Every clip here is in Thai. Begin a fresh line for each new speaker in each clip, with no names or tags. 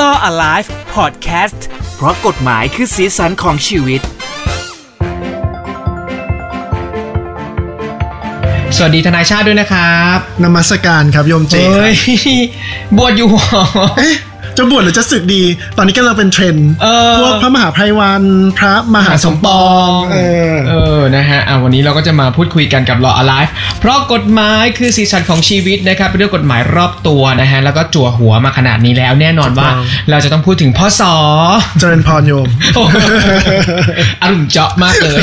Law Alive Podcast เพราะกฎหมายคือสีสันของชีวิต
สวัสดีทนายชาติด้วยนะครับ
นมัสการครับโยมเจค
เฮ้
รับ
ย บวชอยู่หรอ
เอ๊ะจะบวชหรือจะศึกดี ตอนนี้กำลังเป็นเทรนด์
เออ
พวกพระมหาไพรวันพระมหาสมปอง เออ
เออ นะฮะอ่ะวันนี้เราก็จะมาพูดคุยกันกับ Law Alive เพราะกฎหมายคือสีสันของชีวิตนะครับเป็นเรื่องกฎหมายรอบตัวนะฮะ แล้วก็จั่วหัวมาขนาดนี้แล้วแน่นอนว่า
ถูกต้อง
เราจะต้องพูดถึงพ่อสอ
เจริญพรโยม
โอ้โหอารมณ์เจาะมากเลย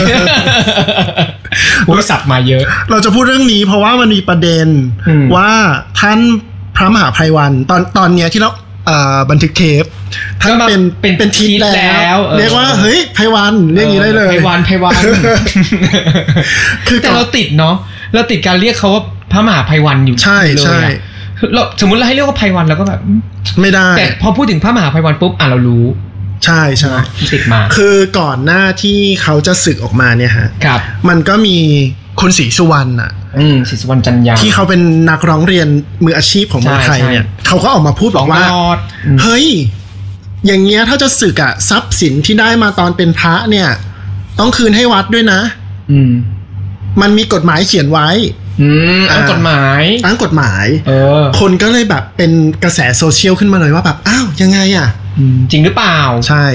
โอ้ยสับมาเยอะ
เราจะพูดเรื่องนี้เพราะว่ามันมีประเด็น
อืม
ว่าท่านพระมหาไพรวัน ตอนตอนเนี้ยที่เราเอ่อบันทึกเทปท่าน
ก็มา
เป็น
เป็น
เป็นที
ท
แล้ว
ออ
เรียกว่าเฮ้ยไพรวันเรียกอย่างนี้ได้เลย
ไพวันไพวัน
คือ
แต่
ก่อน
เราติดเนาะเราติดการเรียกเขาว่าพระมหาภัยวันอยู่
ใช่
เลยอะ
ใช่
เราสมมติเราให้เรียกว่าภัยวันเราก็แบบอืม
ไม่ได้
แต่พอพูดถึงพระมหาภัยวันปุ๊บอ่ะเรารู้
ใช่ใช่
ติดมา
คือก่อนหน้าที่เขาจะศึกออกมาเนี่ยฮะ
ครับ
มันก็มีคุณศรีสุวรรณน่ะ
อืมศิษย์สุวรรณจันยา
ที่เขาเป็นนักร้องเรียนมืออาชีพของเมืองไทย
ใช่ใช่
เนี่ยเขาก็ออกมาพูด
ส
บ
อ
อง ก
ต
ว่า
ลอดอืม
เฮ้ย อย่างเงี้ยถ้าจะสึกอะทรัพย์สินที่ได้มาตอนเป็นพระเนี่ย ต้องคืนให้วัดด้วยนะ
อืม
มันมีกฎหมายเขียนไว้
อืมอ้าง
อ่า
กฎหมาย
อ้างกฎหมาย
เออ
คนก็เลยแบบเป็นกระแสโซเชียลขึ้นมาเลยว่าแบบอ้าวยังไงอะ
อืมจริงหรือเปล่า
ใช่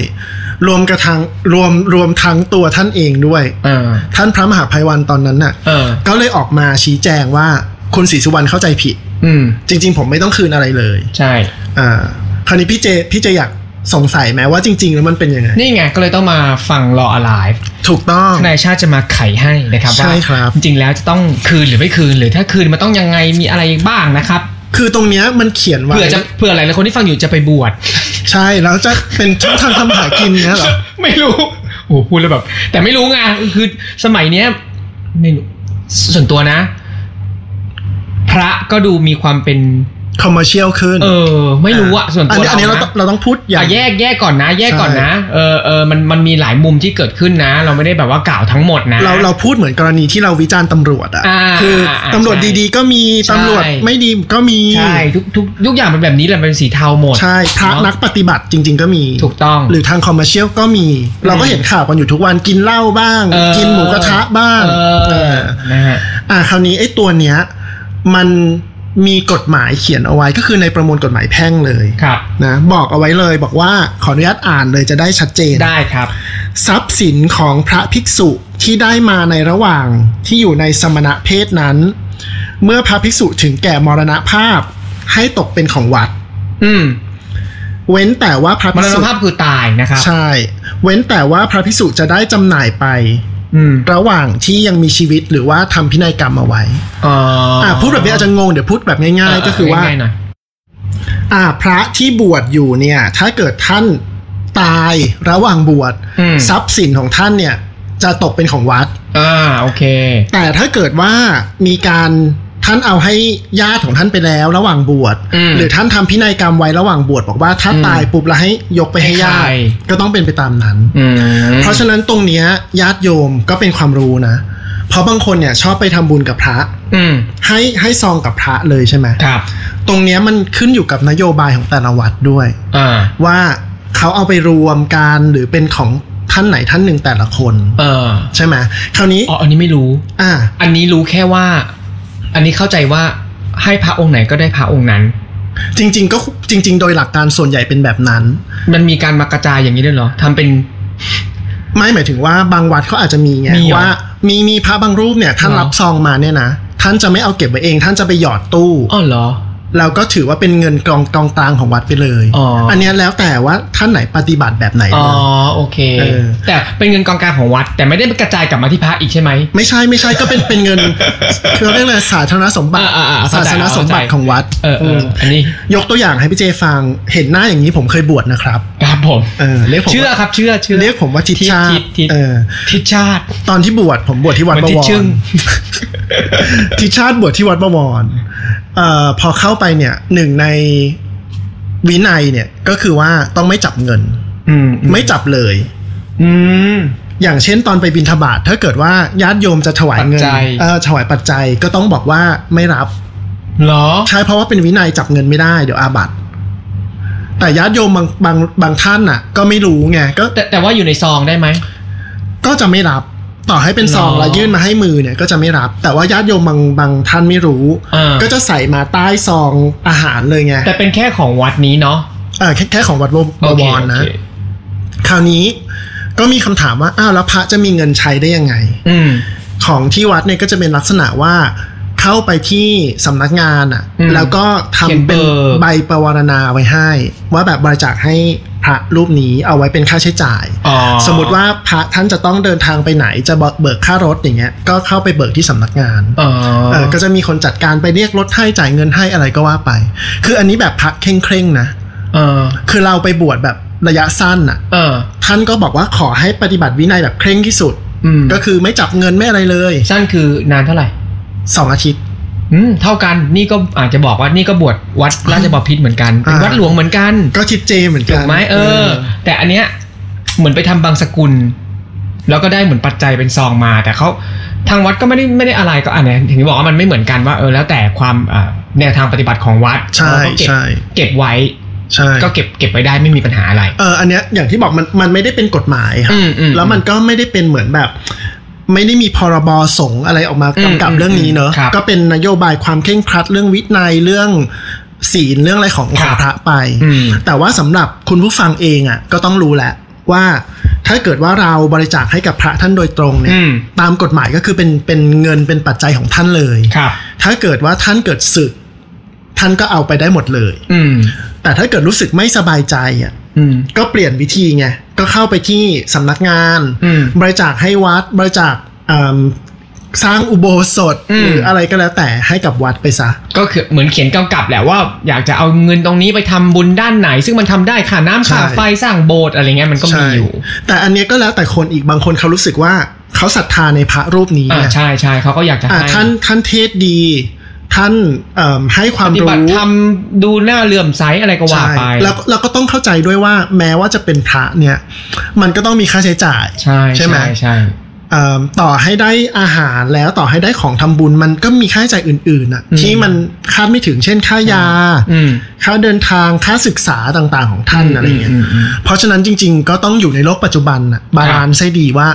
รวมกระทังรวมรวมทั้งตัวท่านเองด้วย
อ่า
ท่านพระมหาภัยวันตอนนั้นน่ะ
เออ
ก็เลยออกมาชี้แจงว่าคุณศรีสุวรรณเข้าใจผิด
อืม
จริง ๆ ผมไม่ต้องคืนอะไรเลย
ใช่
อ่า คราวนี้พี่เจ พี่เจอยากสงสัยไหมว่าจริง ๆ แล้วมันเป็นยังไง
นี่ไงก็เลยต้องมาฟัง Law Alive
ถูกต้อง
ทนายชาติจะมาไขให้นะครับ
ใช่
ว่า
ครับ
จริงๆแล้วจะต้องคืนหรือไม่คืนหรือถ้าคืนมันต้องยังไงมีอะไรบ้างนะครับ
คือตรงเนี้ยมันเขียนไว้
เผื่อจะเผื่อหลายๆคนที่ฟังอยู่จะไปบวช
ใช่แล้วจะเป็นช่องทางทำหากินเนี้ยเหรอ
ไม่รู้โอ้โหพูดแล้วแบบ แต่ไม่รู้ไงคือสมัยเนี้ยไม่รู้ส่วนตัวนะ พระก็ดูมีความเป็น
คอมเมอร์เชียลขึ้น
เออ ไม่รู้อะส่วน
อัน
ตัว
นี้อันนี้เรา
เรา
ต้อง
นะ
เราต้องพูดอย่าง
อ่ะแยกแยกก่อนนะ แยกก่อนนะเออเออมันมันมีหลายมุมที่เกิดขึ้นนะ เราไม่ได้แบบว่ากล่าวทั้งหมดนะ
เราเราพูดเหมือนกรณีที่เราวิจารณ์ตำรวจอะ
อ่า
คือตำรวจ
ใช่
ดีๆ ก็มี
ใช่
ตำรวจไม่ดีก็มี
ใช่ทุกทุกทุกอย่างเป็นแบบนี้แหละเป็นสีเทาหมด
ใช่พระ
เนอะ
นักปฏิบัติจริง ๆ ก็มี
ถูกต้อง
หรือทางคอมเมอร์เชียลก็มี เราก็เห็นข่าวกันอยู่ทุกวันกินเหล้าบ้าง
เออ
กินหมูกระทะบ้าง
เอ
เอ
อ
อ
นะฮะ
อ่าคราวนี้ไอ้ตัวเนี้ยมันมีกฎหมายเขียนเอาไว้ก็คือในประมวลกฎหมายแพ่งเลย
ครับ
นะบอกเอาไว้เลยบอกว่าขออนุญาตอ่านเลยจะได้ชัดเจน
ได้ครับ
ทรัพย์สินของพระภิกษุที่ได้มาในระหว่างที่อยู่ในสมณะเพศนั้น เมื่อพระภิกษุถึงแก่มรณภาพให้ตกเป็นของวัด
อืม
เว้นแต่ว่าพระ
ม
ภิ
ร
ก
ณ
ษุ
ภาพคือตายนะครับ
ใช่ เว้นแต่ว่าพระภิกษุจะได้จำหน่ายไป
อืม
ระหว่างที่ยังมีชีวิตหรือว่าทำพินัยกรรมเอาไว้
อ๋อ
อ่าพูดแบบนี้อาจจะงงเดี๋ยวพูดแบบง่ายๆ ก็คือว่า
ง่ยๆหน่อย
อ่าพระที่บวชอยู่เนี่ย ถ้าเกิดท่านตายระหว่างบวช
อืม
ทรัพย์สินของท่านเนี่ย จะตกเป็นของวัด
อ่าโอเค
แต่ถ้าเกิดว่ามีการท่านเอาให้ญาติของท่านไปแล้วระหว่างบวช
อืม
หรือท่านทำพินัยกรรมไว้ระหว่างบวชบอกว่าถ้า
อืม
ตายปุ๊บแล้วให้ยกไปให้ญา
ให้
ติ
ใคร
ก็ต้องเป็นไปตามนั้น
อืม
เพราะฉะนั้นตรงเนี้ยญาติโยมก็เป็นความรู้นะ เพราะบางคนเนี่ยชอบไปทำบุญกับพระ
อืม
ให้ให้ซองกับพระเลยใช่ไหม
ครับ
ตรงเนี้ยมันขึ้นอยู่กับนโยบายของแต่ละวัดด้วย
อ่า
ว่าเขาเอาไปรวมกันหรือเป็นของท่านไหนท่านหนึ่งแต่ละคน
เออ
ใช่ไหมคราวนี้
อ๋ออันนี้ไม่รู้
อ่า
อันนี้รู้แค่ว่า อันนี้เข้าใจว่าให้พระองค์ไหนก็ได้พระองค์นั้น
จริง ๆ ก็จริง ๆ โดยหลักการส่วนใหญ่เป็นแบบนั้น
มันมีการมากระจายอย่างนี้ด้วยเหรอทำเป็น
ไม่หมายถึงว่าบางวัดเขาอาจจะมีไง
มีเหรอ
ว่ามีมีพระบางรูปเนี่ยท่าน
เหรอ
รับซองมาเนี่ยนะท่านจะไม่เอาเก็บไว้เอง ท่านจะไปหยอดตู้
อ๋อเหรอ
แล้วก็ถือว่าเป็นเงินกองกองกลางของวัดไปเลย
อ๋ออั
นเนี้ยแล้วแต่ว่าท่านไหนปฏิบัติแบบไหน
อ๋อ
เลย
โอเค
เออ
แต่เป็นเงินกองกลางของวัด แต่ไม่ได้กระจายกลับมาที่พระอีกใช่ไหม
ไม่ใช่ไม่ใช่ก็เป็นเป็นเงิน เราเรียกอะไรสาธารณสมบัติ
อ่าอ่าอ่า
ศา
เข้าใจ
สนสมบัติ
เข้าใจ
ของวัด
เออเออ
ม
อันนี้
ยกตัวอย่างให้พี่เจฟังเห็นหน้าอย่างนี้ผมเคยบวชนะครับ
ครับผม
เออเรียกผม
เชื่อ
ว่า
ครับเชื่อเชื่อ
เรียกผมว่าทิศชา
ทิ
ติ
ศทิศ
เออ
ทิชชาติ
ตอนที่บวชผมบวชที่วัด
มัน
บ
ทิช
วร
ชึ่ง
ทิศชาติบวชที่วัดบวรเอ่อพอเข้าไปเนี่ยหนึ่งในวินัยเนี่ยก็คือว่าต้องไม่จับเงิน
อืมอืม
ไม่จับเลย
อืม
อย่างเช่นตอนไปบินทบาทถ้าเกิดว่าญาติโยมจะถวายเงิน
ปัจจัย
เออถวายปัจจัยก็ต้องบอกว่าไม่รับ
เหรอ
ใช่เพราะว่าเป็นวินัยจับเงินไม่ได้เดี๋ยวอาบัติ แต่ญาติโยมบางบางบางท่านน่ะ ก็ไม่รู้ไงก็
แต่แต่ว่าอยู่ในซองได้ไหม
ก็จะไม่รับต่อให้เป็นซอง
หรอ
แล้วยื่นมาให้มือเนี่ยก็จะไม่รับ แต่ว่าญาติโยมบางบางท่านไม่รู้
อ่า
ก็จะใส่มาใต้ซองอาหารเลยไง
แต่เป็นแค่ของวัดนี้เนาะ
เออแค่แค่ของวัดบวบ
โอเค
วรนะ
โอเค
คราวนี้ก็มีคำถามว่าอ้าวแล้วพระจะมีเงินใช้ได้ยังไง
อืม
ของที่วัดเนี่ยก็จะเป็นลักษณะว่าเข้าไปที่สำนักงานอ่ะ
อืม
แล้วก็ทำ
เขียนเบ
เป็น
อร์
ใบประวารณาไว้ให้ ว่าแบบบริจาคให้พระรูปนี้เอาไว้เป็นค่าใช้จ่าย
อ๋อ
สมมติว่าพระท่านจะต้องเดินทางไปไหนจะเบิกค่ารถอย่างเงี้ยก็เข้าไปเบิกที่สำนักงาน
อ๋อ
เออก็จะมีคนจัดการไปเรียกรถให้จ่ายเงินให้อะไรก็ว่าไป คืออันนี้แบบพระเคร่งเคร่งๆนะ
เออ
คือเราไปบวชแบบระยะสั้นอ่ะ
เออ
ท่านก็บอกว่าขอให้ปฏิบัติวินัยแบบเคร่งที่สุด
อืม
ก็คือไม่จับเงินไม่อะไรเลย
สั้นคือนานเท่าไหร่
สองอาทิตย์
อืมเท่ากันนี่ก็อาจจะบอกว่านี่ก็บวชวัดราชบพิตรเหมือนกันเป็น
อ่า
วัดหลวงเหมือนกัน
ก็คิดเจเหมือนกั
ถู
น
กไหมเออ แต่อันเนี้ยเหมือนไปทำบางสกุล แล้วก็ได้เหมือนปัจจัยเป็นซองมา แต่เขาทางวัดก็ไม่ได้ไม่ได้อะไรก็อันเนี้ยถึงบอกว่ามันไม่เหมือนกันว่าเออแล้วแต่ความอ่าแนวทางปฏิบัติของวัด
ใช่
เราก็เก็บ
ใช่
เก็บไว้
ใช่
ก็เก็บเก็บไว้ได้ไม่มีปัญหาอะไร
เอออันเนี้ยอย่างที่บอกมันมันไม่ได้เป็นกฎหมายครั
อืมอืม
แล้วมันก็ไม่ได้เป็นเหมือนแบบ ไม่ได้มีพรบสงฆ์อะไรออกมา
อืม
กำกับเรื่องนี้เนอะ
ครับ
ก็เป็นนโยบายความเคร่งครัดเรื่องวินัยเรื่องศีลเรื่องอะไรของของพระไป
อืม
แต่ว่าสำหรับคุณผู้ฟังเองอ่ะก็ต้องรู้แหละว่าถ้าเกิดว่าเราบริจาคให้กับพระท่านโดยตรงเนี่ย
อืม
ตามกฎหมายก็คือเป็นเป็นเงินเป็นปัจจัยของท่านเลย
ครับ
ถ้าเกิดว่าท่านเกิดสึก ท่านก็เอาไปได้หมดเลย
อืม
แต่ถ้าเกิดรู้สึกไม่สบายใจอ่ะ
อืม
ก็เปลี่ยนวิธีไงก็เข้าไปที่สำนักงาน
อืม
บริจาคให้วัด บริจาคเอิ่มสร้างอุโบสถ
อืม
หรืออะไรก็แล้วแต่ให้กับวัดไปซะ
ก็คือเหมือนเขียนกำกับแหละว่าอยากจะเอาเงินตรงนี้ไปทำบุญด้านไหน ซึ่งมันทำได้ค่ะน้ำค่า
ใช่
ไฟสร้างโบสถ์อะไรเงี้ยมันก็มีอยู่
แต่อันเนี้ยก็แล้วแต่คนอีกบางคนเขารู้สึกว่าเขาศรัทธาในพระรูปนี้
อ่า
ไง
ใช่ใช่เขาก็อยากจะ
อ่ะ
ให้
ท่านท่านเทศดี ท่านเอิ่มให้ควา
ป
ม
ฏิ
รู้
บัติทำดูหน้าเลื่อมใสอะไรก็ว่า
ใช่
ไป
แล้วเราก็ต้องเข้าใจด้วยว่าแม้ว่าจะเป็นพระเนี่ย มันก็ต้องมีค่าใช้จ่าย
ใช่
ใช่
ใช่
ไหม
ใช่ใช่
เอิ่มต่อให้ได้อาหารแล้วต่อให้ได้ของทำบุญมันก็มีค่าใช้จ่ายอื่นๆน่ะที่มันคาดไม่ถึงเช่นค่ายา
อืม
ค่าเดินทางค่าศึกษาต่างๆของท่านอะไรเงี้ย
มม
เพราะฉะนั้นจริง ๆ ก็ต้องอยู่ในโลกปัจจุบันน่ะบาลานซ์ให้ดีว่า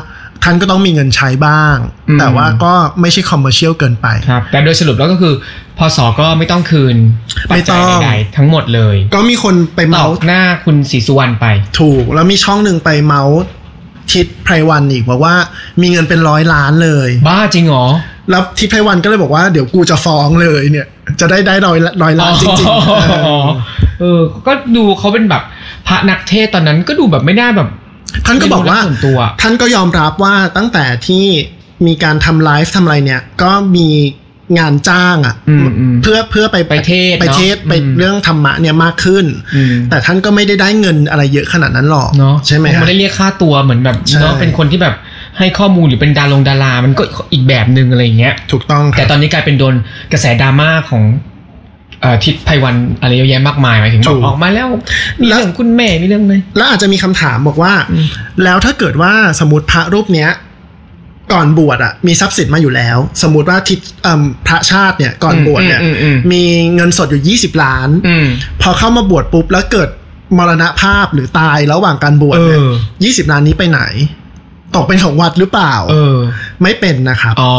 ท่านก็ต้องมีเงินใช้บ้าง
อืม
แต่ว่าก็ไม่ใช่คอมเมอร์เชียลเกินไป
ครับ แต่โดยสรุปแล้วก็คือพศก็ไม่ต้องคืนปัจจัย
ไม่ต้อง
ใดๆทั้งหมดเลย
ก็มีคนไป
ต
เมา
อก
ส์
หน้าคุณศรีสุวรรณไป
ถูก แล้วมีช่องหนึ่งไปเมาส์ทิศไพรวันอีกบอกว่ามีเงินเป็นร้อยล้านเลย
บ้าจริงเหรอ
แล้วทิพย์ไพวันก็เลยบอกว่าเดี๋ยวกูจะฟ้องเลยเนี่ย จะได้ได้ร้อยร้อยล้านจริงๆเอ
อ๋อ
อ
เออ ก็ดูเขาเป็นแบบพระนักเทศน์ตอนนั้นก็ดูแบบไม่น่าแบบ
ท่านก็บอกว่า
ไม่รู้ะส่วนตัว
ท่านก็ยอมรับว่าตั้งแต่ที่มีการทำไลฟ์ทำอะไรเนี่ย ก็มีงานจ้างอะ
อืมอืม
เพื่อเพื่อไป
ไปเทศน์
ไปเทศ
เนอะ
ไป
อืม
เรื่องธรรมะเนี่ยมากขึ้น
อืม
แต่ท่านก็ไม่ได้ได้เงินอะไรเยอะขนาดนั้นหรอก
เนาะ
ใช่ไหม
คง
ฮะ
ไม่ได้เรียกค่าตัวเหมือนแบบ
ใช่
เนาะเป็นคนที่แบบให้ข้อมูลหรือเป็นดารงดารา มันก็อีกแบบหนึ่งอะไรอย่างเงี้ย
ถูกต้องค
แต่
รับ
ตอนนี้กลายเป็นโดนกระแสดราม่าของเอ่อทิศไพวันอะไรเยอะแยะมากมายหมายถึงบ
ถู
อก
ก
ออกมาแล้วมี
แล้ว
เรื่องคุณแม่มีเรื่องไหม
แล้วอาจจะมีคำถามบอกว่า
อืม
แล้วถ้าเกิดว่าสมมติพระรูปเนี้ย ก่อนบวชอะมีทรัพย์สินมาอยู่แล้ว สมมติว่าทิศเอิ่มพระชาติเนี่ยก่อนบวชเนี่ย
อืมอืมอืม
มีเงินสดอยู่ 20 ล้าน
อืม
พอเข้ามาบวชปุ๊บ แล้วเกิดมรณภาพหรือตายระหว่างการบวช
เอ
เนี่ย
อ
ยี่สิบล้านนี้ไปไหน ตกเป็นของวัดหรือเปล่า
เออ
ไม่เป็นนะครับ
อ๋อ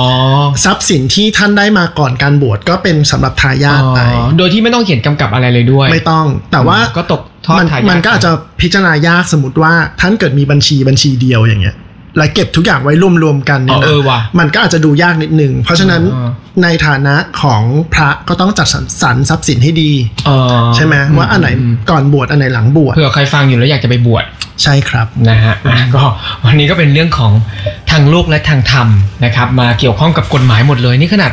ทรัพย์สินที่ท่านได้มาก่อนการบวชก็เป็นสำหรับทายาทไป
อ๋อโดยที่ไม่ต้องเขียนกำกับอะไรเลยด้วย
ไม่ต้อง แต่ว่า
ก็ตกทอด
มัน
ทายาท
มันก็อาจจะพิจารณายากสมมติว่าท่านเกิดมีบัญชีบัญชีเดียวอย่างเงี้ย และเก็บทุกอย่างไว้รวมๆกัน
อ๋
เนี่
อย เอ
นะ
อว่ะ
มันก็อาจจะดูยากนิดนึง เพราะฉะนั้น
อ๋อ
ในฐานะของพระก็ต้องจัดสรรสรรทรัพย์สินให้ดี
อ๋อ
ใช่ไหมว่าอันไหน
ม
ก่อนบวชอันไหนหลังบวช
เผื่อใครฟังอยู่แล้วอยากจะไปบวช
ใช่ครับ
นะ ฮะอ่ะก็วันนี้ก็เป็นเรื่องของทางโลกและทางธรรมนะครับ มาเกี่ยวข้องกับกฎหมายหมดเลยนี่ขนาด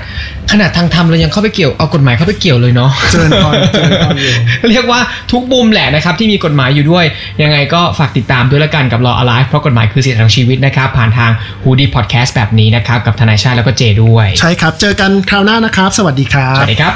ขนาดทางธรรมเรายังเข้าไปเกี่ยวเอากฎหมายเข้าไปเกี่ยวเลยเนาะ
เจริญพรเจริญพรอยู่
เรียกว่าทุกมุมแหละนะครับ ที่มีกฎหมายอยู่ด้วย ยังไงก็ฝากติดตามด้วยละกันกับ Law Alive เพราะกฎหมายคือสิทธิของชีวิตนะครับ ผ่านทาง h o o d i Podcast แบบนี้นะครับ กับทนายชาติแล้วก็เจด้วย
ใช่ครับ เจอกันคราวหน้านะครับ สวัสดีครับ
สวัสดีครับ